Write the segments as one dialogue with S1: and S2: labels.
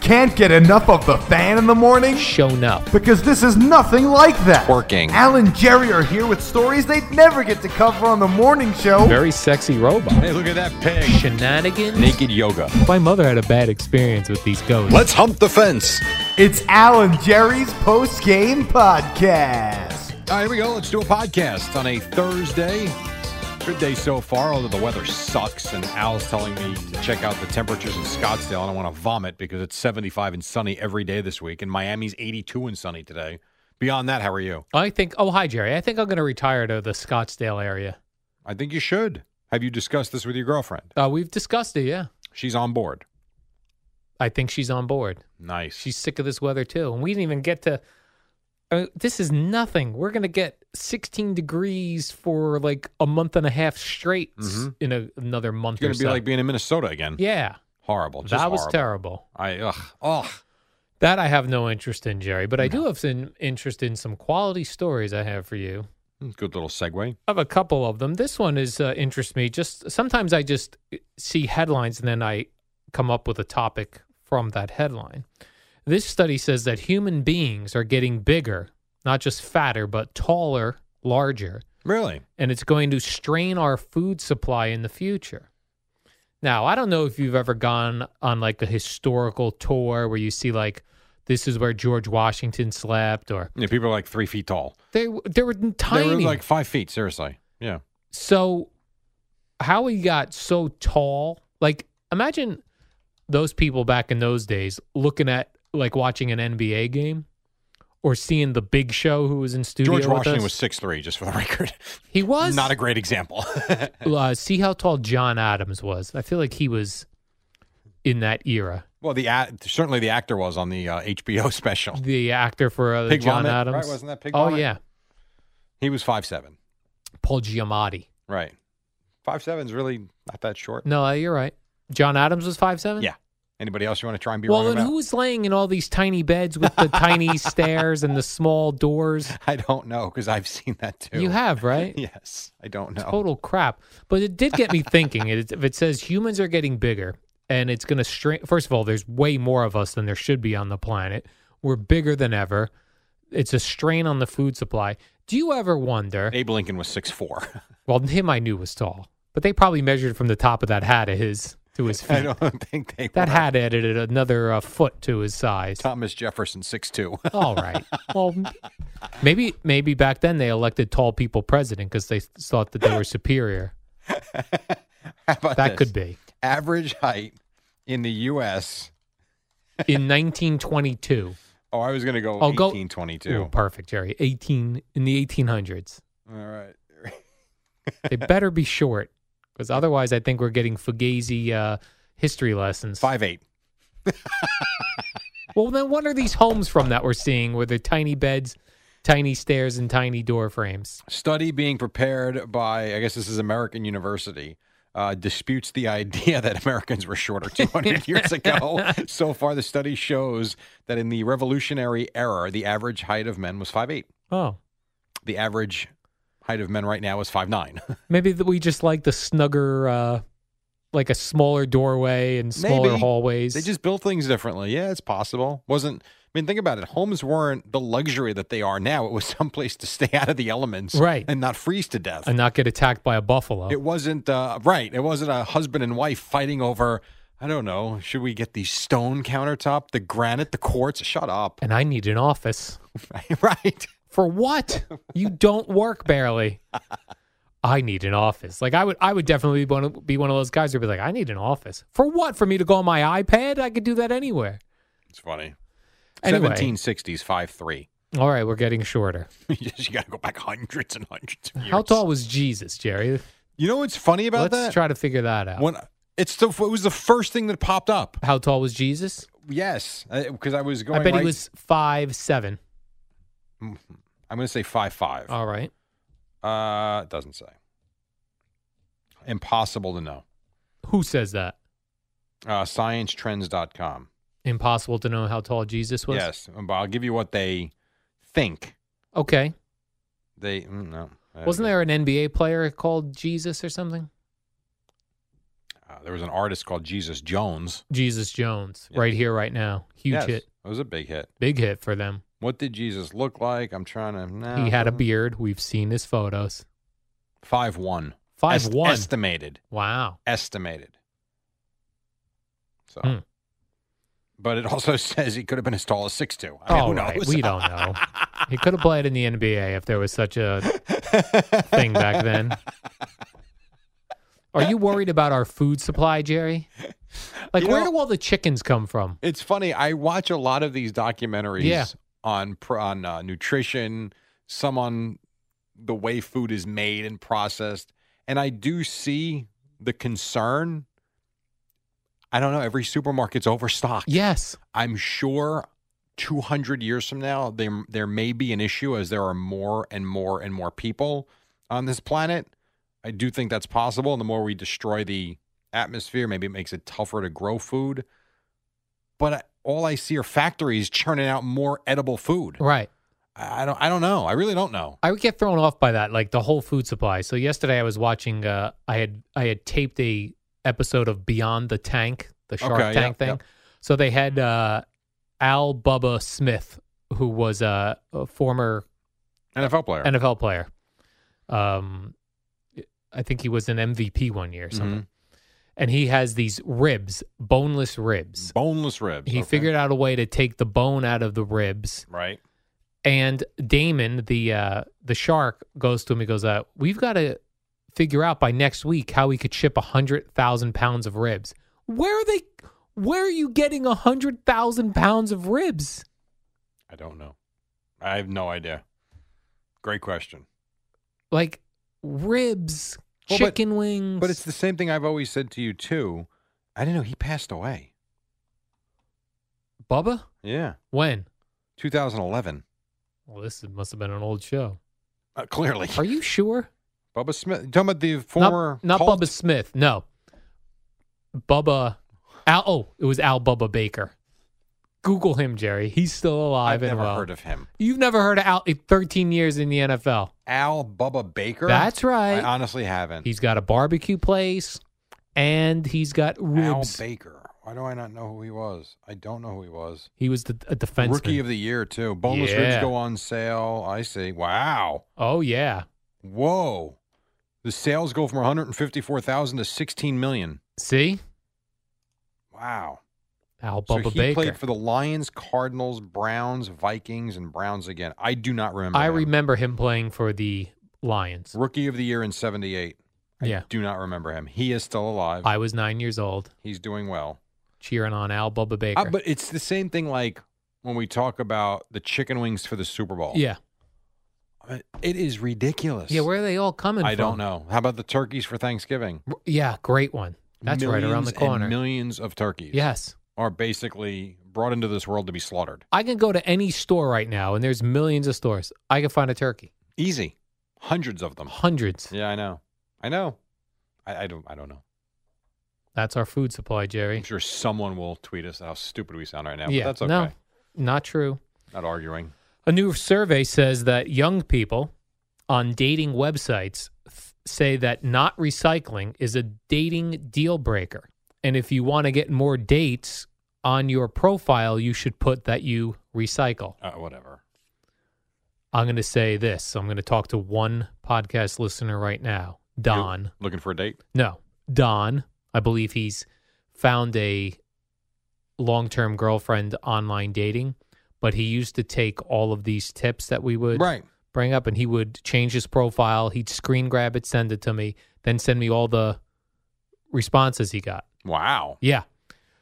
S1: Can't get enough of the fan in the morning?
S2: shown up.
S1: Because this is nothing like that.
S3: Working.
S1: Al and Jerry are here with stories they'd never get to cover on the morning show.
S2: Very sexy robot.
S3: Hey, look at that pig.
S2: Shenanigans.
S3: Naked yoga.
S2: My mother had a bad experience with these ghosts.
S3: Let's hump the fence.
S1: It's Al and Jerry's post game podcast.
S3: All right, here we go. Let's do a podcast on a Thursday. Good day so far, although the weather sucks. And Al's telling me to check out the temperatures in Scottsdale. And I want to vomit because it's 75 and sunny every day this week. And Miami's 82 and sunny today. Beyond that, how are you?
S2: I think. Oh, hi, Jerry. I think I'm going to retire to the Scottsdale area.
S3: I think you should. Have you discussed this with your girlfriend?
S2: Uh, we've discussed it. Yeah,
S3: She's on board.
S2: I think she's on board.
S3: Nice.
S2: She's sick of this weather too, and we didn't even get to. Uh, this is nothing. We're going to get 16 degrees for like a month and a half straight s-
S3: Mhm.
S2: in a, another month
S3: it's going
S2: or
S3: to be
S2: so.
S3: like being in Minnesota again.
S2: yeah,
S3: Horrible. Just
S2: that was
S3: horrible.
S2: terrible.
S3: I, ugh, ugh.
S2: That I have no interest in, Jerry, but I do have some interest in some quality stories I have for you.
S3: Good little segue.
S2: I have a couple of them. This one is uh, interests me. Just sometimes I just uh, see headlines and then I come up with a topic from that headline. This study says that human beings are getting bigger, not just fatter, but taller, larger,
S3: Really?
S2: and it's going to strain our food supply in the future. Now, I don't know if you've ever gone on like a historical tour where you see like this is where George Washington slept, or
S3: Yeah, people are like three feet tall.
S2: they they were tiny.
S3: They were like five feet, seriously. Yeah.
S2: so how he got so tall like imagine those people back in those days looking at like watching an nba game or seeing the big show who was in studio
S3: George
S2: with
S3: Washington
S2: us.
S3: was six three, just for the record.
S2: he was
S3: Not a great example.
S2: uh, see how tall john adams was i feel like he was in that era
S3: well, the act certainly the actor was on the uh, HBO special.
S2: the actor for uh,
S3: Pig
S2: john
S3: vomit, right?
S2: adams
S3: Wasn't that pig
S2: oh
S3: vomit?
S2: yeah
S3: He was five seven.
S2: paul giamatti
S3: Right. Five seven's really not that short.
S2: no uh, you're right john adams was five seven
S3: Yeah. Anybody else you want to try and be
S2: well
S3: wrong
S2: and
S3: about?
S2: who was laying in all these tiny beds with the tiny stairs and the small doors
S3: I don't know because I've seen that too.
S2: You have, right?
S3: Yes, I don't know.
S2: Total crap. But it did get me thinking. It- if it says humans are getting bigger and it's going to strain, first of all, there's way more of us than there should be on the planet. We're bigger than ever. It's a strain on the food supply. Do you ever wonder?
S3: Abe Lincoln was six four.
S2: Well, him I knew was tall, but they probably measured from the top of that hat of his to his
S3: I
S2: feet.
S3: don't think they
S2: That
S3: were.
S2: hat added another uh, foot to his size.
S3: Thomas Jefferson six two.
S2: All right. Well, m- maybe maybe back then they elected tall people president because they thought that they were superior.
S3: How about
S2: That
S3: this?
S2: could be.
S3: average height in the U.S.
S2: in 1922.
S3: Oh, I was going to go
S2: Oh, go-
S3: eighteen twenty
S2: Ooh,
S3: two.
S2: perfect, Jerry. 18 in the 1800s.
S3: All right.
S2: They better be short, because otherwise, I think we're getting fugazi uh, history lessons.
S3: Five eight.
S2: Well, then, what are these homes from that we're seeing, where they're tiny beds, tiny stairs, and tiny door frames?
S3: Study being prepared by I guess this is American University. Uh, disputes the idea that Americans were shorter 200 years ago. So far, the study shows that in the Revolutionary era, the average height of men was 5'8.
S2: Oh,
S3: The average height of men right now is 5'9.
S2: maybe that we just like the snugger, uh, like a smaller doorway and smaller
S3: Maybe.
S2: hallways.
S3: They just build things differently. Yeah, it's possible. Wasn't I mean, think about it. Homes weren't the luxury that they are now. It was someplace to stay out of the elements
S2: Right.
S3: and not freeze to death.
S2: and not get attacked by a buffalo.
S3: It wasn't uh, right. It wasn't a husband and wife fighting over. I don't know. Should we get the stone countertop, the granite, the quartz? Shut up.
S2: and I need an office.
S3: right.
S2: For what? You don't work barely. I need an office. Like I would, I would definitely be one of, be one of those guys who'd be like, I need an office for what? For me to go on my iPad? I could do that anywhere.
S3: It's funny.
S2: Anyway.
S3: 1760s, 5'3.
S2: All right, we're getting shorter.
S3: you got to go back hundreds and hundreds of years.
S2: How tall was Jesus, Jerry?
S3: You know what's funny about
S2: Let's
S3: that?
S2: try to figure that out.
S3: when it's the, it was the first thing that popped up.
S2: How tall was Jesus?
S3: Yes, because I was going.
S2: I bet
S3: right-
S2: he was five seven.
S3: I'm going to say five five.
S2: All right.
S3: Uh, it doesn't say. Impossible to know.
S2: Who says that?
S3: Uh, ScienceTrends.com.
S2: Impossible to know how tall Jesus was.
S3: Yes, um, but I'll give you what they think.
S2: Okay.
S3: They mm, no. I
S2: Wasn't
S3: don't
S2: there an NBA player called Jesus or something?
S3: know. Uh, there was an artist called Jesus Jones.
S2: Jesus Jones,
S3: Yeah.
S2: right here, right now. Huge
S3: Yes,
S2: hit.
S3: It was a big hit.
S2: Big hit for them.
S3: What did Jesus look like? I'm trying to. No, mm.
S2: He had a beard. We've seen his photos.
S3: Five one.
S2: Five one.
S3: Estimated.
S2: wow.
S3: Estimated. So.
S2: Hmm.
S3: But it also says he could have been as tall as six two. I mean,
S2: All
S3: who
S2: right.
S3: knows?
S2: We don't know. he could have played in the NBA if there was such a thing back then. Are you worried about our food supply, Jerry? Like,
S3: You
S2: where
S3: know-
S2: do all the chickens come from?
S3: It's funny. I watch a lot of these documentaries
S2: Yeah.
S3: on pr- on uh, nutrition, some on the way food is made and processed, and I do see the concern. I don't know. Every supermarket's overstocked.
S2: Yes.
S3: I'm sure. 200 years from now there there may be an issue as there are more and more and more people on this planet. I do think that's possible and the more we destroy the atmosphere, maybe it makes it tougher to grow food. But I, all I see are factories churning out more edible food.
S2: Right.
S3: I I don't I don't know. I really don't know.
S2: I would get thrown off by that, like the whole food supply. So yesterday I was watching. Uh, I had I had taped a episode of Beyond the Tank, the Shark
S3: Okay,
S2: Tank
S3: yeah,
S2: thing.
S3: yeah.
S2: So they had uh, Al Bubba Smith, who was uh, a former
S3: NFL player.
S2: NFL player. Um, I think he was an MVP one year or
S3: Mm-hmm.
S2: something. And he has these ribs, boneless ribs.
S3: Boneless ribs.
S2: He
S3: Mm, okay.
S2: figured out a way to take the bone out of the ribs
S3: right.
S2: and Damon, the uh, the shark, goes to him. He goes, uh, "We've got to figure out by next week how we could ship hundred thousand pounds of ribs. Where are they? Where are you getting hundred thousand pounds of ribs?
S3: I don't know. I have no idea. Great question.
S2: Like ribs,
S3: Well, but-
S2: chicken wings?
S3: But it's the same thing I've always said to you too. I didn't know he passed away.
S2: Bubba.
S3: Yeah,
S2: When?
S3: 2011.
S2: Well, this must have been an old show.
S3: Uh, clearly,
S2: Are you sure?
S3: Bubba Smith. You talking about the
S2: Not-
S3: former
S2: not,
S3: cult?
S2: Bubba Smith. No, Bubba. Al, oh, it was Al Bubba Baker. Google him, Jerry. He's still alive uh, and
S3: I've never
S2: well.
S3: heard of him.
S2: You've never heard of Al? 13 years in the NFL.
S3: Al Bubba Baker.
S2: That's
S3: I
S2: right.
S3: honestly haven't.
S2: he's got a barbecue place, and he's got
S3: Al
S2: ribs.
S3: Baker. Why do I not know who he was? I don't know who he was.
S2: he was the a defenseman.
S3: Rookie of the year too. Boneless ribs
S2: Yeah.
S3: go on sale. I see. Wow.
S2: oh yeah,
S3: Whoa. The sales go from 154,000 to 16 million.
S2: see
S3: Wow.
S2: Al
S3: So
S2: Bubba
S3: he
S2: Baker.
S3: played for the Lions, Cardinals, Browns, Vikings, and Browns again. I do not remember.
S2: I
S3: him.
S2: remember him playing for the Lions.
S3: Rookie of the year in 78.
S2: Yeah,
S3: Do not remember him. He is still alive.
S2: I was nine years old,
S3: He's doing well.
S2: cheering on Al Bubba Baker.
S3: Uh, but it's the same thing like when we talk about the chicken wings for the Super Bowl.
S2: yeah,
S3: I mean, It is ridiculous.
S2: yeah. Where are they all coming
S3: I
S2: from?
S3: don't know. How about the turkeys for Thanksgiving?
S2: Yeah, great one. That's right around
S3: Millions
S2: the
S3: and
S2: corner.
S3: millions of turkeys
S2: yes.
S3: are basically brought into this world to be slaughtered.
S2: I can go to any store right now, and there's millions of stores. I can find a turkey,
S3: Easy. Hundreds of them.
S2: hundreds.
S3: Yeah, I know. I know. I, I don't I don't know.
S2: That's our food supply, Jerry.
S3: I'm sure someone will tweet us how stupid we sound right now,
S2: yeah,
S3: but that's okay.
S2: no, not true.
S3: Not arguing.
S2: A new survey says that young people on dating websites th- say that not recycling is a dating deal breaker. And if you want to get more dates on your profile, you should put that you recycle.
S3: Uh, whatever.
S2: I'm going to say this. So I'm going to talk to one podcast listener right now,
S3: You
S2: Don.
S3: looking for a date?
S2: No, Don. I believe he's found a long term girlfriend online dating, but he used to take all of these tips that we would
S3: Right.
S2: bring up, and he would change his profile. He'd screen grab it, send it to me, then send me all the responses he got.
S3: Wow.
S2: Yeah.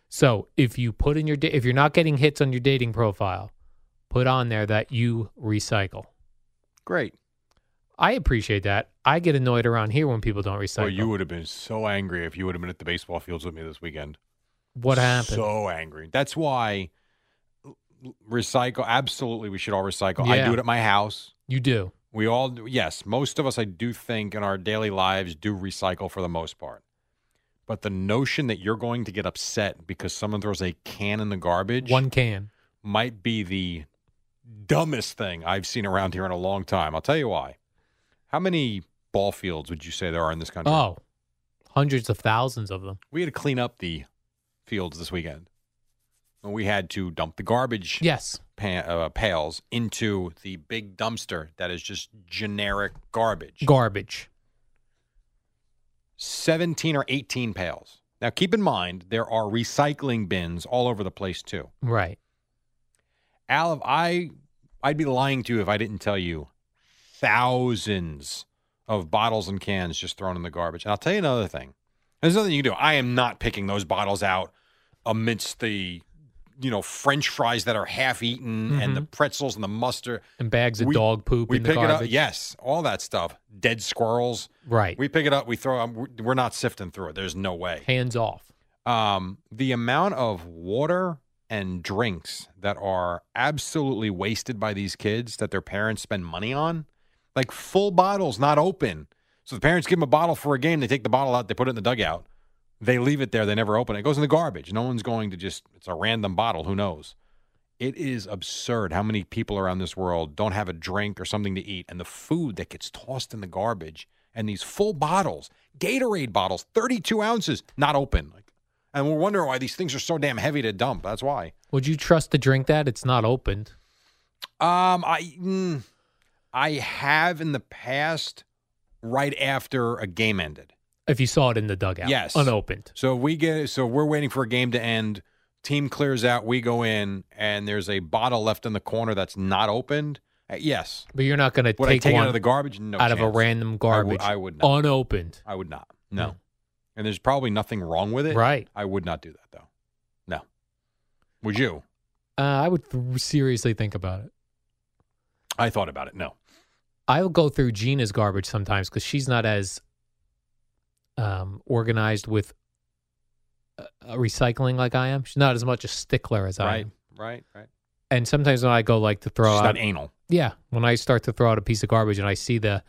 S2: So if you put in your da- if you're not getting hits on your dating profile, put on there that you recycle.
S3: Great.
S2: I appreciate that. I get annoyed around here when people don't recycle.
S3: Well, you would have been so angry if you would have been at the baseball fields with me this weekend.
S2: what happened?
S3: So angry. That's why recycle. Absolutely, we should all recycle. I
S2: Yeah.
S3: do it at my house.
S2: you do.
S3: We all, do- yes, most of us, I do think, in our daily lives, do recycle for the most part. But the notion that you're going to get upset because someone throws a can in the garbage
S2: One can.
S3: might be the dumbest thing I've seen around here in a long time. I'll tell you why. How many ball fields would you say there are in this country?
S2: Oh, hundreds of thousands of them.
S3: We had to clean up the fields this weekend. And we had to dump the garbage
S2: Yes.
S3: pa- uh, pails into the big dumpster that is just generic garbage.
S2: Garbage.
S3: 17 or 18 pails. Now, keep in mind, there are recycling bins all over the place, too.
S2: Right.
S3: Al, if I, I'd be lying to you if I didn't tell you thousands of bottles and cans just thrown in the garbage. And I'll tell you another thing. There's nothing you can do. I am not picking those bottles out amidst the, you know, French fries that are half eaten and the pretzels and the mustard.
S2: And bags of
S3: We-
S2: dog Mm-hmm. poop
S3: We
S2: in the
S3: pick it
S2: garbage.
S3: up. Yes, all that stuff. Dead squirrels.
S2: Right.
S3: We pick it up. We throw. 'em. We're- We're not sifting through it. There's no way
S2: Hands off.
S3: um, the amount of water and drinks that are absolutely wasted by these kids that their parents spend money on, like full bottles not open. So the parents give them a bottle for a game. They take the bottle out. They put it in the dugout. They leave it there. They never open it. It goes in the garbage. No one's going to just. It's a random bottle. Who knows? It is absurd how many people around this world don't have a drink or something to eat, and the food that gets tossed in the garbage and these full bottles, Gatorade bottles, 32 ounces, not open. Like, and we're wondering why these things are so damn heavy to dump. That's why.
S2: Would you trust to drink that? It's not opened.
S3: Um, I mm, I have in the past, right after a game ended.
S2: If you saw it in the dugout.
S3: Yes.
S2: Unopened.
S3: So we get so we're waiting for a game to end. Team clears out. We go in, and there's a bottle left in the corner that's not opened. Uh, yes.
S2: But you're not going to
S3: Would
S2: take,
S3: I take it
S2: one
S3: out of the garbage? No.
S2: out of a
S3: chance.
S2: random
S3: I would-
S2: garbage.
S3: I would not.
S2: Unopened.
S3: I would not. No.
S2: No.
S3: And there's probably nothing wrong with it.
S2: Right.
S3: I would not do that though. No. Would you?
S2: Uh, I would th- seriously think about it.
S3: I thought about it. No.
S2: I'll go through Gina's garbage sometimes because she's not as um, organized with uh, uh, recycling like I am. She's not as much a stickler as I
S3: Right.
S2: am.
S3: Right. Right.
S2: And sometimes when I go like to throw
S3: She's
S2: out,
S3: not anal.
S2: yeah, when I start to throw out a piece of garbage and I see the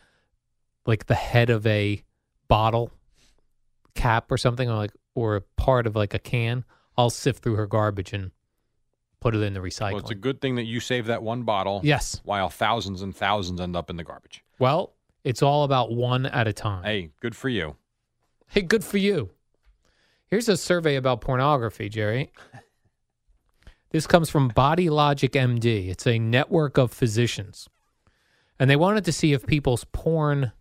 S2: like the head of a bottle cap or something, or like or a part of like a can, I'll sift through her garbage and put it in the recycling.
S3: Well, it's a good thing that you save that one bottle.
S2: yes.
S3: While thousands and thousands end up in the garbage.
S2: Well, it's all about one at a time.
S3: Hey, good for you.
S2: Hey, good for you. Here's a survey about pornography, Jerry. This comes from Body Logic MD. It's a network of physicians. And they wanted to see if people's porn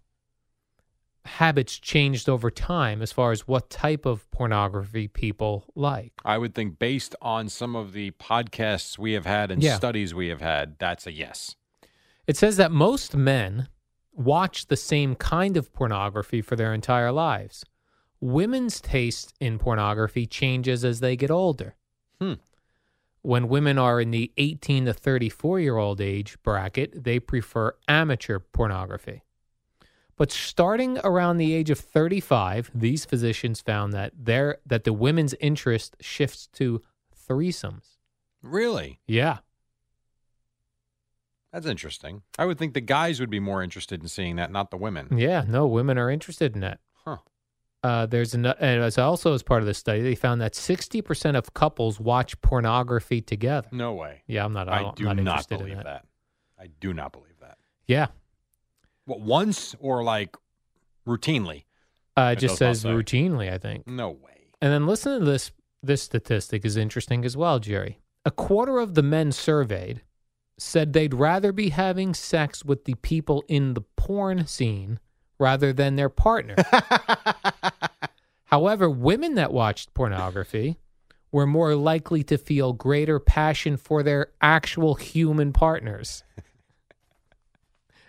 S2: habits changed over time as far as what type of pornography people like.
S3: I would think based on some of the podcasts we have had and
S2: Yeah.
S3: studies we have had, that's a yes.
S2: It says that most men watch the same kind of pornography for their entire lives. Women's taste in pornography changes as they get older.
S3: Hmm.
S2: When women are in the 18 to 34 year old age bracket, they prefer amateur pornography. But starting around the age of 35, these physicians found that their that the women's interest shifts to threesomes.
S3: Really?
S2: Yeah.
S3: That's interesting. I would think the guys would be more interested in seeing that, not the women.
S2: Yeah, no, women are interested in that.
S3: Huh.
S2: Uh, there's an, and as also as part of this study, they found that 60% of couples watch pornography together.
S3: No way.
S2: Yeah, I'm not. I
S3: I
S2: don't-
S3: do
S2: not
S3: not,
S2: interested in
S3: believe that.
S2: that.
S3: I do not believe that.
S2: Yeah, uh,
S3: What, once or like routinely?
S2: uh, it
S3: It
S2: just
S3: does not
S2: says
S3: say.
S2: routinely, I think.
S3: No way.
S2: And then listen to this. This statistic is interesting as well, Jerry. A quarter of the men surveyed said they'd rather be having sex with the people in the porn scene rather than their partner. However, women that watched pornography were more likely to feel greater passion for their actual human partners.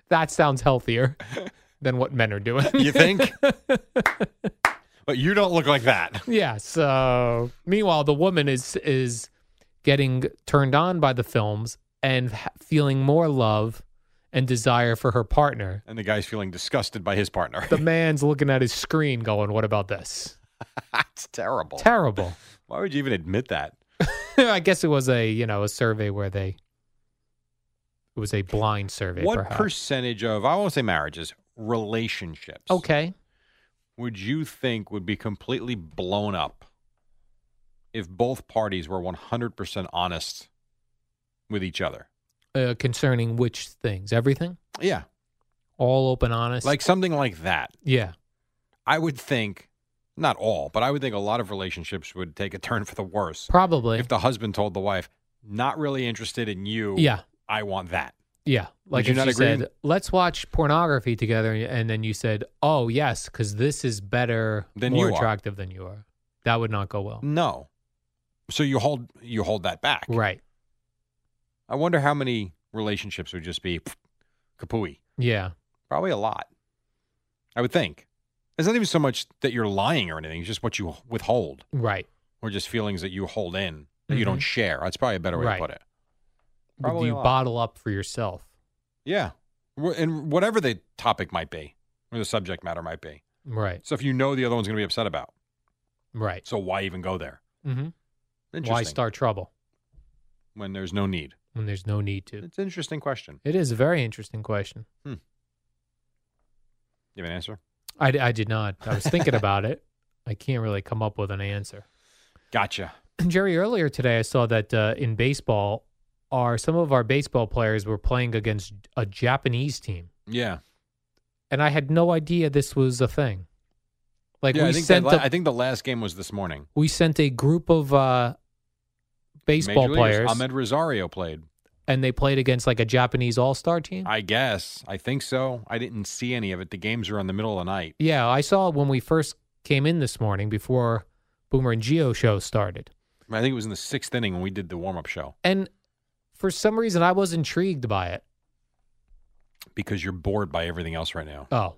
S2: that sounds healthier than what men are doing.
S3: You think? but you don't look like that.
S2: yeah. So meanwhile, the woman is is getting turned on by the films and ha- feeling more love and desire for her partner.
S3: And the guy's feeling disgusted by his partner.
S2: The man's looking at his screen, going, "What about this?
S3: That's terrible.
S2: Terrible."
S3: Why would you even admit that?
S2: I guess it was a you know a survey where they it was a blind survey.
S3: what
S2: perhaps.
S3: percentage of I won't say marriages, relationships
S2: Okay.
S3: would you think would be completely blown up if both parties were one hundred percent honest with each other?
S2: Uh, concerning which things? Everything?
S3: Yeah.
S2: All open, honest?
S3: Like something like that.
S2: yeah.
S3: I would think not all, but I would think a lot of relationships would take a turn for the worse
S2: Probably.
S3: if the husband told the wife, "Not really interested in you.
S2: yeah.
S3: I want that."
S2: Yeah. Like
S3: you
S2: if
S3: not
S2: she
S3: agree?
S2: said, let's watch pornography together. And then you said, oh, yes, because this is better,
S3: Than
S2: more
S3: you are. Mm.
S2: attractive than you are. That would not go well.
S3: No. So you hold you hold that back.
S2: Right.
S3: I wonder how many relationships would just be pff, kapooey.
S2: Yeah.
S3: Probably a lot. I would think. It's not even so much that you're lying or anything, it's just what you withhold
S2: Right.
S3: or just feelings that you hold in that you
S2: Mhm.
S3: don't share. That's probably a better way
S2: Right.
S3: to put it.
S2: Would
S3: Probably
S2: you
S3: a lot.
S2: bottle up for yourself?
S3: Yeah. Wh- And whatever the topic might be or the subject matter might be.
S2: Right.
S3: So if you know the other one's going to be upset about,
S2: Right.
S3: so why even go there?
S2: hmm
S3: Interesting.
S2: Why start trouble
S3: when there's no need?
S2: when there's no need to?
S3: It's an interesting question.
S2: It is a very interesting question.
S3: You have an answer?
S2: I, I did not. I was thinking about it. I can't really come up with an answer.
S3: Gotcha.
S2: Jerry, earlier today, I saw that uh, in baseball, our some of our baseball players were playing against a Japanese team,
S3: Yeah.
S2: and I had no idea this was a thing. Like
S3: yeah,
S2: we
S3: I think,
S2: sent,
S3: that la-
S2: a-
S3: I think the last game was this morning.
S2: we sent a group of uh, baseball
S3: Major leaguers.
S2: players,
S3: Ahmed Rosario played.
S2: and they played against like a Japanese All Star team.
S3: I guess. I think so. I didn't see any of it. The games are in the middle of the night.
S2: yeah, I saw it when we first came in this morning before Boomer and Geo show started,
S3: I think it was in the sixth inning when we did the warm up show
S2: and for some reason I was intrigued by it.
S3: because you're bored by everything else right now.
S2: Oh,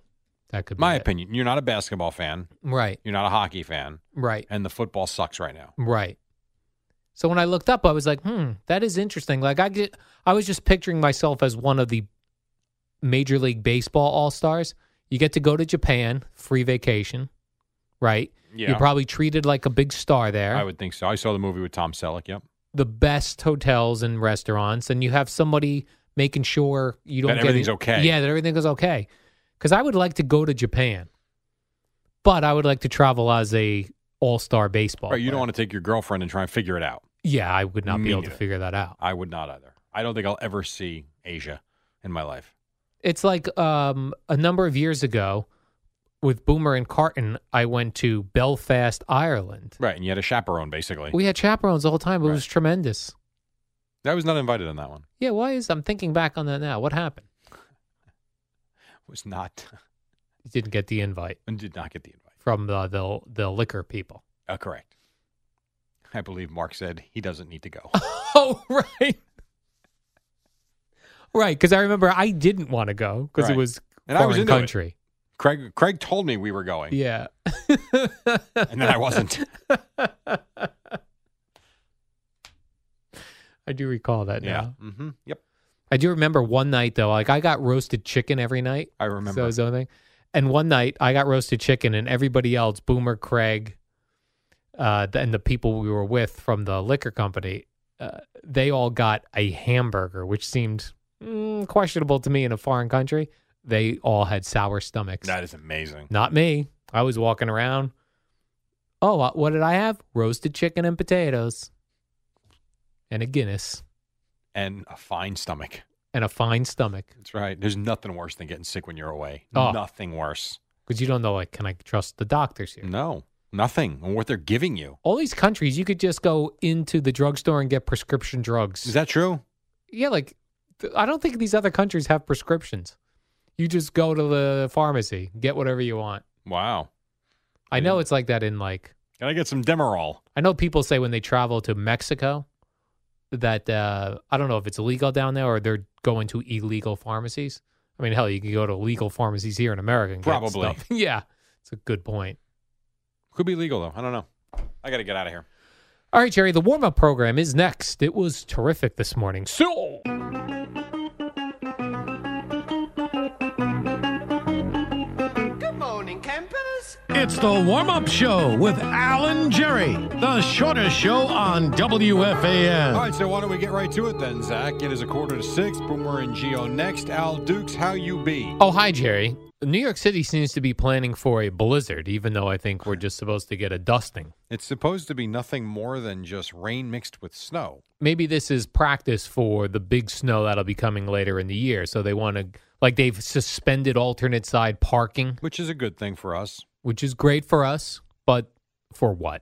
S2: that could be
S3: My
S2: it.
S3: opinion. You're not a basketball fan.
S2: Right,
S3: You're not a hockey fan.
S2: right.
S3: And the football sucks right now.
S2: Right. So when I looked up, I was like, hmm, that is interesting. Like I get, I was just picturing myself as one of the Major League Baseball All Stars. You get to go to Japan, free vacation, right?
S3: Yeah.
S2: You're probably treated like a big star there.
S3: I would think so. I saw the movie with Tom Selleck. Yep.
S2: the best hotels and restaurants, and you have somebody making sure you don't
S3: That
S2: get
S3: everything's
S2: it-
S3: okay.
S2: Yeah, that everything is okay. Because I would like to go to Japan, but I would like to travel as a All Star baseball.
S3: right. You don't
S2: player.
S3: want to take your girlfriend and try and figure it out.
S2: Yeah, I would not
S3: Me
S2: be able to
S3: neither.
S2: figure that out.
S3: I would not either. I don't think I'll ever see Asia in my life.
S2: It's like um, a number of years ago with Boomer and Carton, I went to Belfast, Ireland.
S3: Right. And you had a chaperone, basically.
S2: We had chaperones all the time. It was
S3: Right.
S2: tremendous.
S3: I was not invited on that one.
S2: Yeah, why is I'm thinking back on that now? What happened?
S3: Was not.
S2: You didn't get the invite
S3: And did not get the invite.
S2: from the the, the liquor people.
S3: Uh, correct. I believe Mark said he doesn't need to go.
S2: Oh, right. right, because I remember I didn't want to go because
S3: Right.
S2: it was
S3: And I
S2: foreign
S3: was into it.
S2: country.
S3: Craig Craig told me we were going,
S2: Yeah.
S3: and then I wasn't.
S2: I do recall that
S3: yeah.
S2: now.
S3: hmm Yep.
S2: I do remember one night though, like I got roasted chicken every night.
S3: I
S2: So it
S3: remember.
S2: was the only thing. And one night I got roasted chicken, and everybody else, Boomer, Craig, uh, th- and the people we were with from the liquor company, uh, they all got a hamburger, which seemed mm, questionable to me in a foreign country. They all had sour stomachs.
S3: that is amazing.
S2: Not me. I was walking around. Oh, uh, what did I have? Roasted chicken and potatoes, and a Guinness,
S3: And a fine stomach.
S2: and a fine stomach.
S3: That's right. There's nothing worse than getting sick when you're away.
S2: Oh.
S3: Nothing worse.
S2: Because you don't know, like, can I trust the doctors here?
S3: No, nothing. And what they're giving you.
S2: all these countries you could just go into the drugstore and get prescription
S3: Is
S2: drugs
S3: that true?
S2: yeah like th- i don't think these other countries have prescriptions you just go to the pharmacy get whatever you want
S3: Wow.
S2: i know it's like that in like
S3: Can I get some Demerol?
S2: i know people say when they travel to mexico that uh, i don't know if it's illegal down there or they're going to illegal pharmacies I mean, hell, you can go to legal pharmacies here in America. And get
S3: Probably.
S2: stuff. yeah, it's a good point.
S3: Could be legal though. I don't know. I got to get out of here.
S2: All right, Jerry, the warm up program is next. It was terrific this morning. So,
S4: It's the warm up show with Alan Jerry, the shortest show on WFAN.
S3: All right, so why don't we get right to it then, Zach? It is a quarter to six. Boomer and Geo next. Al Dukes, how you be?
S2: oh, hi, Jerry. New York City seems to be planning for a blizzard, even though I think we're just supposed to get a dusting.
S3: It's supposed to be nothing more than just rain mixed with snow.
S2: Maybe this is practice for the big snow that'll be coming later in the year. So they want to, like, they've suspended alternate side parking,
S3: which is a good thing for us.
S2: which is great for us, but for what?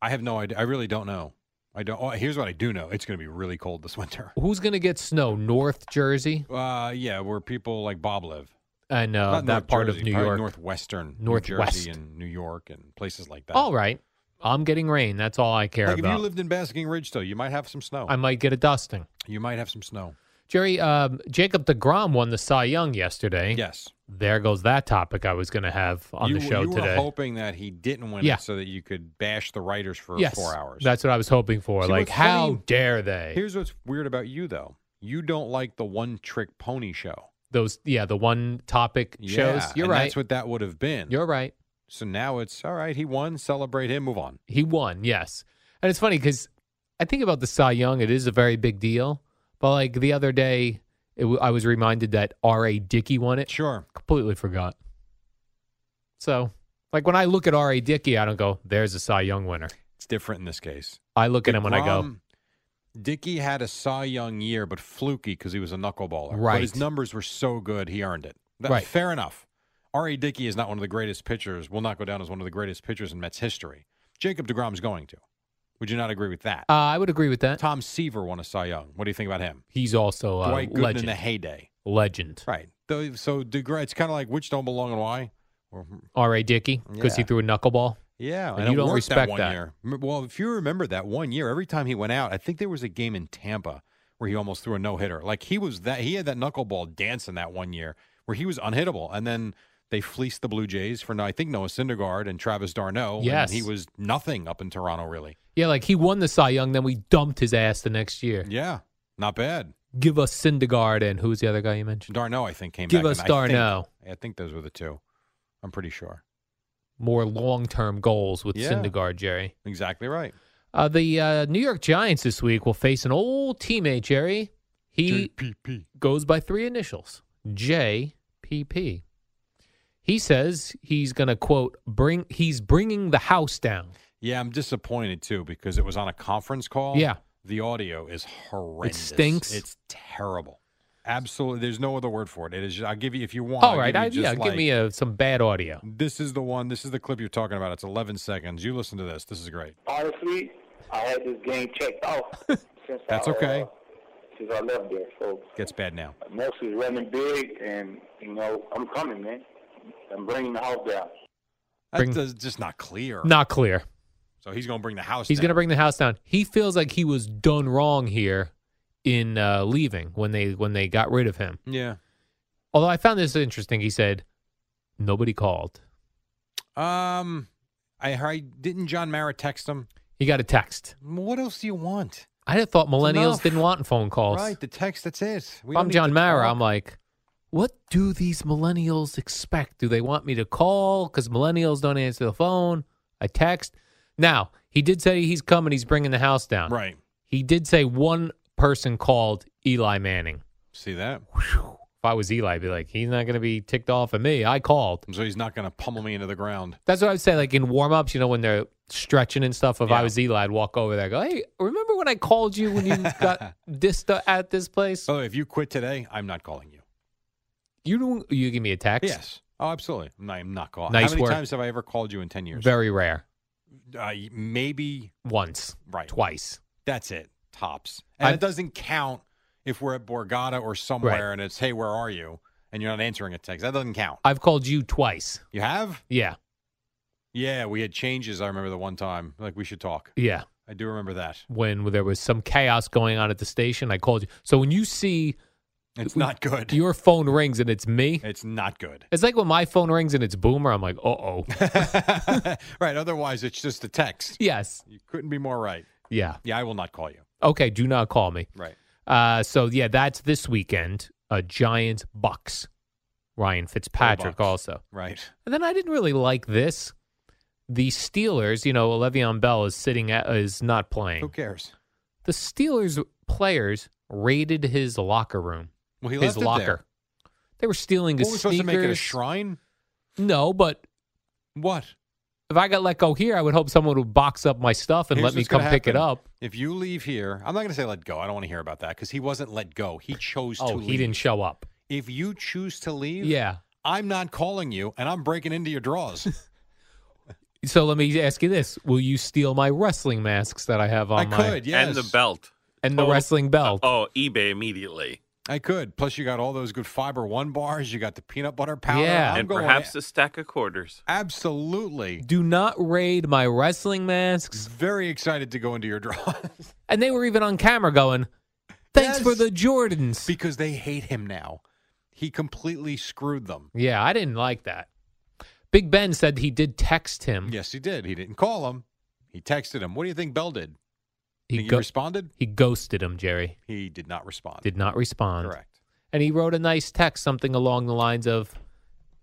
S3: I have no idea. I really don't know. I don't. Oh, here's what I do know. It's going to be really cold this winter.
S2: Who's going to get snow? North Jersey
S3: Uh, yeah, where people like Bob live.
S2: and uh,
S3: Not
S2: that
S3: North
S2: part
S3: Jersey,
S2: of New
S3: probably
S2: York.
S3: northwestern, New
S2: Northwest.
S3: Jersey, and New York, and places like that.
S2: All right. I'm getting rain. That's all I care
S3: Like if
S2: about.
S3: you lived in Basking Ridge, though, you might have some snow.
S2: I might get a dusting.
S3: you might have some snow.
S2: Jerry, um, Jacob DeGrom won the Cy Young yesterday.
S3: Yes.
S2: There goes that topic I was going to have on
S3: you,
S2: the show
S3: you
S2: today.
S3: were hoping that he didn't win
S2: Yeah.
S3: it so that you could bash the writers for
S2: yes,
S3: four hours.
S2: That's what I was hoping for.
S3: See,
S2: like,
S3: what's
S2: how
S3: funny-
S2: dare they?
S3: Here's what's weird about you, though. You don't like the one trick pony show.
S2: Those, yeah, the one topic shows.
S3: Yeah,
S2: You're
S3: and
S2: right.
S3: That's what that would have been.
S2: You're right.
S3: So now it's all right. He won. Celebrate him. Move on.
S2: He won, yes. And it's funny because I think about the Cy Young, it is a very big deal. But like the other day, it w- I was reminded that R.A. Dickey won it.
S3: Sure.
S2: Completely forgot. So, like when I look at R.A. Dickey, I don't go, there's a Cy Young winner.
S3: It's different in this case.
S2: I look at him when I go,
S3: Dickey had a Cy Young year, but fluky because he was a knuckleballer. But
S2: Right.
S3: his numbers were so good, he earned it. That-
S2: Right.
S3: Fair enough. R.A. Dickey is not one of the greatest pitchers, will not go down as one of the greatest pitchers in Mets history. Jacob DeGrom's going to. Would you not agree with that?
S2: uh, I would agree with that.
S3: Tom Seaver won a Cy Young. What do you think about him?
S2: He's also a
S3: Dwight Gooden in
S2: legend.
S3: the heyday.
S2: legend.
S3: Right. Though- So DeGrom, it's kind of like which don't belong and why. Or-
S2: R.A. Dickey, because he
S3: Yeah.
S2: threw a knuckleball.
S3: Yeah,
S2: And
S3: and
S2: you
S3: it
S2: don't
S3: worked
S2: respect
S3: that one
S2: that.
S3: year. M- Well, if you remember that one year, every time he went out, I think there was a game in Tampa where he almost threw a no hitter. Like he was that he had that knuckleball dance in that one year where he was unhittable, and then they fleeced the Blue Jays for I think Noah Syndergaard and Travis Darno.
S2: Yes.
S3: and he was nothing up in Toronto really.
S2: Yeah, like he won the Cy Young, then we dumped his ass the next year.
S3: Yeah, not bad.
S2: Give us Syndergaard and who's the other guy you mentioned?
S3: Darno I think came
S2: Give
S3: back. and
S2: us
S3: I think-
S2: Darno.
S3: I think those were the two. I'm pretty sure.
S2: More long term goals with
S3: Yeah.
S2: Syndergaard, Jerry.
S3: Exactly right.
S2: Uh, the uh, New York Giants this week will face an old teammate, Jerry. He
S3: JPP.
S2: goes by three initials JPP. He says he's going to quote bring he's bringing the house down.
S3: Yeah, I'm disappointed too because it was on a conference call.
S2: Yeah.
S3: The audio is horrendous.
S2: stinks.
S3: It's terrible. Absolutely. There's no other word for it. It is. I'll give you if you want.
S2: All
S3: I'll
S2: right,
S3: give
S2: I,
S3: you
S2: yeah,
S3: just
S2: give me
S3: like-
S2: a, some bad audio.
S3: This is the one. This is the clip you're talking about. It's 11 seconds. You listen to this. This is great.
S5: Honestly, I had this game checked off since
S3: That's
S5: I,
S3: okay.
S5: Uh, since I left there, so
S3: Gets bad now.
S5: mostly running big, and you know I'm coming, man. I'm bringing the house down.
S2: Bring-
S3: That's uh, just not clear.
S2: Not clear.
S3: So he's gonna bring the house.
S2: He's going to
S3: down.
S2: bring the house down. He feels like he was done wrong here in uh, leaving when they when they got rid of him.
S3: Yeah.
S2: Although I found this interesting, he said nobody called.
S3: Um. I heard. Didn't John Mara text him?
S2: He got a text.
S3: What else do you want?
S2: I had thought millennials
S3: enough.
S2: didn't want phone calls.
S3: Right. The text. That's it.
S2: If
S3: We don't
S2: I'm
S3: need
S2: John
S3: to
S2: Mara.
S3: talk.
S2: I'm like, what do these millennials expect? Do they want me to call? Because millennials don't answer the phone. I text. Now he did say he's coming. He's bringing the house down.
S3: Right.
S2: He did say one person called Eli Manning.
S3: See that?
S2: If I was Eli, I'd be like, he's not going to be ticked off at me. I called.
S3: So he's not gonna pummel me into the ground.
S2: That's what I would say. Like in warm ups, you know, when they're stretching and stuff. If I
S3: Yeah.
S2: was Eli, I'd walk over there, and go, hey, remember when I called you when you got dissed at this place?
S3: By the way, Oh, if you quit today, I'm not calling you.
S2: You don't. You give me a text.
S3: Yes. Oh, absolutely. No, I'm not calling.
S2: Nice
S3: How many
S2: work.
S3: times have I ever called you in ten years?
S2: Very rare.
S3: Uh, maybe
S2: Once.
S3: right.
S2: Twice.
S3: That's it. Tops. And
S2: I've-
S3: it doesn't count if we're at Borgata or somewhere
S2: Right.
S3: and it's hey, where are you? And you're not answering a text. That doesn't count.
S2: I've called you twice.
S3: You have?
S2: Yeah.
S3: Yeah, we had changes. I remember the one time like we should talk.
S2: Yeah.
S3: I do remember that.
S2: When there was some chaos going on at the station, I called you. So when you see
S3: It's not good.
S2: Your phone rings and it's me.
S3: it's not good.
S2: It's like when my phone rings and it's Boomer. I'm like, uh oh.
S3: right. Otherwise, it's just a text.
S2: yes.
S3: You couldn't be more right.
S2: Yeah.
S3: Yeah, I will not call you.
S2: Okay. Do not call me.
S3: Right.
S2: Uh, so yeah, that's this weekend. Uh, Giants Bucks. Ryan Fitzpatrick
S3: Bucks.
S2: also.
S3: Right.
S2: And then I didn't really like this. The Steelers, you know, Le'Veon Bell is sitting at, is not playing.
S3: Who cares?
S2: The Steelers players raided his locker room,
S3: Well, he
S2: his
S3: left it
S2: locker.
S3: there.
S2: They were stealing
S3: What,
S2: his
S3: were we supposed
S2: sneakers.
S3: to make it a shrine?
S2: No, but
S3: What?
S2: if I got let go here, I would hope someone would box up my stuff and
S3: Here's
S2: let me
S3: what's gonna
S2: come pick it
S3: happen.
S2: up.
S3: If you leave here, I'm not going to say let go. I don't want to hear about that because he wasn't let go. He chose to
S2: Oh,
S3: leave.
S2: he didn't show up.
S3: If you choose to leave,
S2: Yeah.
S3: I'm not calling you and I'm breaking into your drawers.
S2: So let me ask you this: Will you steal my wrestling masks that I have on
S3: I
S2: my
S3: could, yes.
S6: And the belt.
S2: and the
S6: Oh,
S2: wrestling belt?
S6: Oh, eBay immediately.
S3: I could. Plus, you got all those good Fiber One bars. You got the peanut butter powder.
S2: Yeah.
S3: I'm
S6: and
S3: going-
S6: perhaps a stack of quarters.
S3: Absolutely.
S2: Do not raid my wrestling masks.
S3: Very excited to go into your drawers
S2: And they were even on camera going, "Thanks for
S3: Yes.
S2: the Jordans."
S3: because they hate him now. He completely screwed them.
S2: yeah, I didn't like that. Big Ben said he did text him.
S3: Yes, he did. He didn't call him. He texted him. What do you think Bell did?
S2: he,
S3: think
S2: go-
S3: he responded?
S2: he ghosted him. Jerry
S3: He did not respond.
S2: did not respond.
S3: Correct.
S2: and he wrote a nice text, something along the lines of,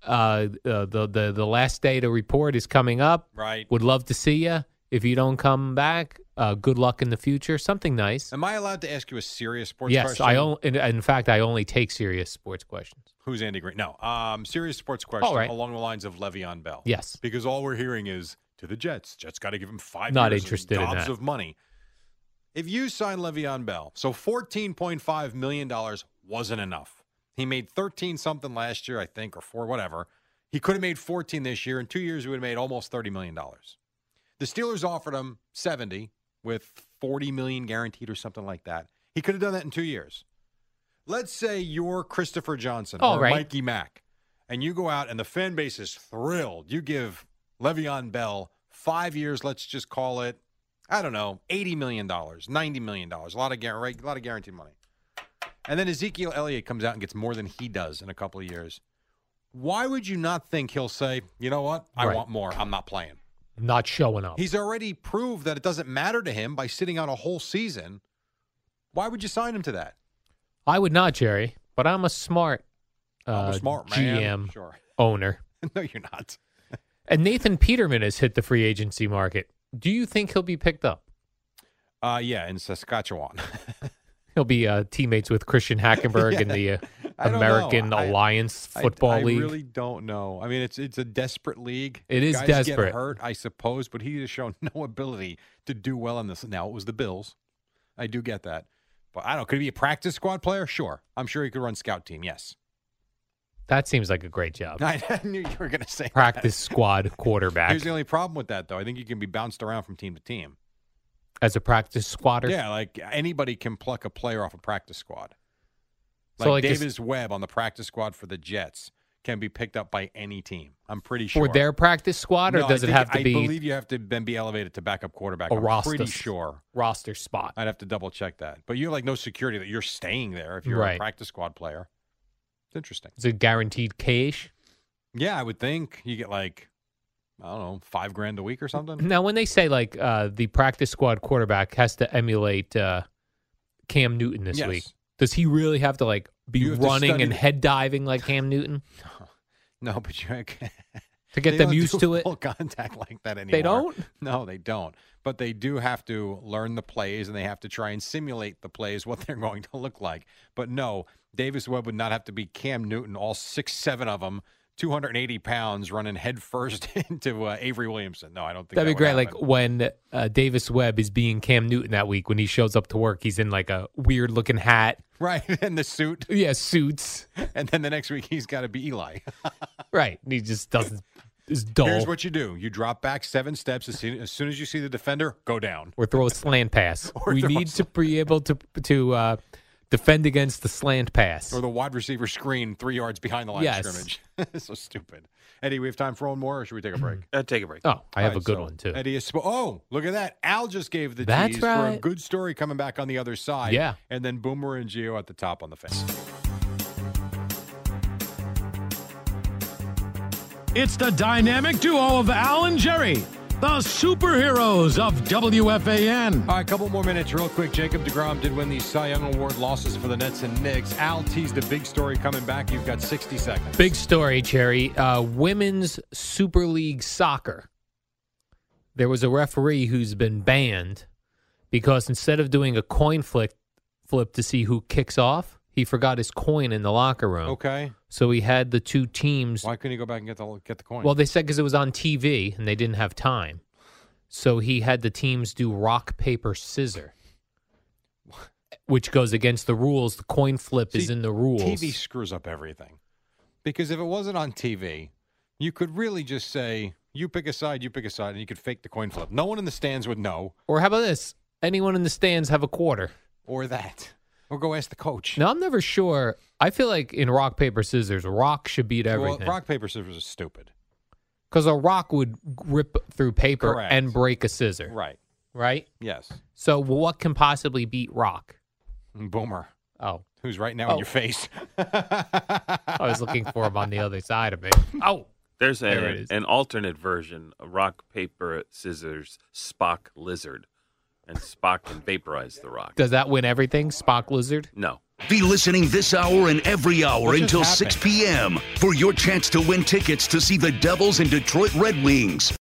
S2: uh, uh, the, "the the last day to report is coming up.
S3: Right.
S2: Would love to see you. If you don't come back, uh, good luck in the future. Something nice."
S3: Am I allowed to ask you a serious sports
S2: yes,
S3: question?
S2: I only. In, in fact, I only take serious sports questions.
S3: Who's Andy Green? No, um, serious sports question
S2: All right.
S3: along the lines of Le'Veon Bell.
S2: Yes.
S3: because all we're hearing is to the Jets. Jets got to give him five.
S2: Not
S3: years and
S2: interested in
S3: gobs
S2: that.
S3: of money. If you sign Le'Veon Bell, so fourteen point five million dollars wasn't enough. He made thirteen something last year, I think, or four, whatever. He could have made fourteen this year. In two years, he would have made almost thirty million dollars. The Steelers offered him seventy with forty million guaranteed or something like that. He could have done that in two years. Let's say you're Christopher Johnson
S2: All
S3: or
S2: right.
S3: Mikey Mack, and you go out and the fan base is thrilled. You give Le'Veon Bell five years, let's just call it, I don't know, eighty million dollars, ninety million dollars, a lot of guar- right, a lot of guaranteed money. And then Ezekiel Elliott comes out and gets more than he does in a couple of years. Why would you not think he'll say, you know what, I
S2: Right.
S3: want more. I'm not playing.
S2: Not showing up.
S3: He's already proved that it doesn't matter to him by sitting out a whole season. Why would you sign him to that?
S2: I would not, Jerry, but I'm a smart, uh,
S3: I'm a smart man.
S2: GM
S3: Sure.
S2: owner.
S3: No, you're not.
S2: And Nathan Peterman has hit the free agency market. Do you think he'll be picked up?
S3: Uh, yeah, in Saskatchewan.
S2: He'll be uh, teammates with Christian Hackenberg in the uh,
S3: I don't know.
S2: American
S3: I-
S2: Alliance
S3: I-
S2: Football
S3: I,
S2: League.
S3: really don't know. I mean, it's it's a desperate league.
S2: It is
S3: Guys
S2: desperate.
S3: Get hurt, I suppose, but he has shown no ability to do well in this. Now it was the Bills. I do get that, but I don't. know. Could he be a practice squad player? Sure, I'm sure he could run scout team. Yes,
S2: That seems like a great job.
S3: I, knew you were going to say that.
S2: Practice squad quarterback
S3: Here's the only problem with that, though. I think you can be bounced around from team to team.
S2: as a practice squatter.
S3: Yeah, like anybody can pluck a player off a practice squad.
S2: So,
S3: Like,
S2: like, is-
S3: Davis Webb on the practice squad for the Jets can be picked up by any team. I'm pretty sure.
S2: For their practice squad, or
S3: No, I
S2: does it
S3: think-
S2: have to
S3: I
S2: be
S3: believe you have to then be elevated to backup quarterback.
S2: a
S3: I'm
S2: roster,
S3: pretty sure.
S2: roster spot?
S3: I'd have to double check that. But you have like no security that you're staying there if you're
S2: Right.
S3: a practice squad player. It's interesting.
S2: Is it guaranteed cash?
S3: Yeah, I would think you get like I don't know five grand a week or something.
S2: Now, when they say like uh, the practice squad quarterback has to emulate uh, Cam Newton this
S3: Yes.
S2: week, does he really have to like be
S3: You have to
S2: running
S3: study
S2: and
S3: the-
S2: head diving like Cam Newton
S3: No, but you
S2: to get
S3: they
S2: them
S3: don't
S2: used
S3: do
S2: to it?
S3: Full contact like that anymore.
S2: They don't?
S3: No, they don't. But they do have to learn the plays, and they have to try and simulate the plays what they're going to look like. But no, Davis Webb would not have to be Cam Newton, all six, seven of them, two hundred and eighty pounds, running headfirst into uh, Avery Williamson. No, I don't think
S2: That'd be
S3: that
S2: great.
S3: would
S2: Like
S3: happen.
S2: when uh, Davis Webb is being Cam Newton that week, when he shows up to work, he's in like a weird looking hat.
S3: right, and the suit,
S2: Yeah, suits.
S3: and then the next week he's got to be Eli.
S2: Right. And he just doesn't, is dull.
S3: Here's what you do: you drop back seven steps as soon as, soon as you see the defender, go down.
S2: or throw a slant pass.
S3: Or
S2: we
S3: throw a
S2: need to be able to to uh, defend against the slant pass.
S3: Or the wide receiver screen three yards behind the line
S2: Yes.
S3: of scrimmage. so stupid. Eddie, we have time for one more, or should we take a break?
S6: Uh, take a break.
S2: oh, I have a
S3: All right,
S2: good
S3: so
S2: one too.
S3: Eddie is spo- oh, look at that. Al just gave the
S2: That's
S3: tease for a
S2: right.
S3: good story coming back on the other side.
S2: Yeah.
S3: And then Boomer and Geo at the top on the fence.
S4: It's the dynamic duo of Al and Jerry, the superheroes of WFAN.
S3: All right, a couple more minutes, real quick. Jacob DeGrom did win the Cy Young Award losses for the Nets and Knicks. Al teased a big story coming back. You've got 60 seconds.
S2: Big story, Jerry. Uh, women's Super League soccer. There was a referee who's been banned because instead of doing a coin flip, flip to see who kicks off, he forgot his coin in the locker room.
S3: Okay.
S2: So he had the two teams.
S3: Why couldn't he go back and get the get the coin?
S2: Well, they said because it was on TV and they didn't have time. So he had the teams do rock, paper, scissor, which goes against the rules. The coin flip is
S3: See,
S2: in the rules.
S3: TV screws up everything. Because if it wasn't on TV, you could really just say, you pick a side, you pick a side, and you could fake the coin flip. No one in the stands would know,
S2: Or how about this? Anyone in the stands have a quarter?
S3: or that. Or go ask the coach.
S2: Now I'm never sure. I feel like in rock paper scissors, rock should beat
S3: well,
S2: everything
S3: rock, paper, scissors is stupid.
S2: because a rock would rip through paper
S3: Correct.
S2: and break a scissor,
S3: Right.
S2: right?
S3: Yes.
S2: So what can possibly beat rock?
S3: Boomer,
S2: Oh,
S3: who's right now in
S2: Oh.
S3: your face.
S2: I was looking for him on the other side of me. Oh,
S6: There's a,
S2: There it is.
S6: an alternate version of rock, paper, scissors, Spock, lizard. And Spock can vaporize the rock.
S2: does that win everything? Spock lizard.
S6: No.
S7: Be listening this hour and every hour
S3: What just
S7: until
S3: happened?
S7: 6 p.m. for your chance to win tickets to see the Devils and Detroit Red Wings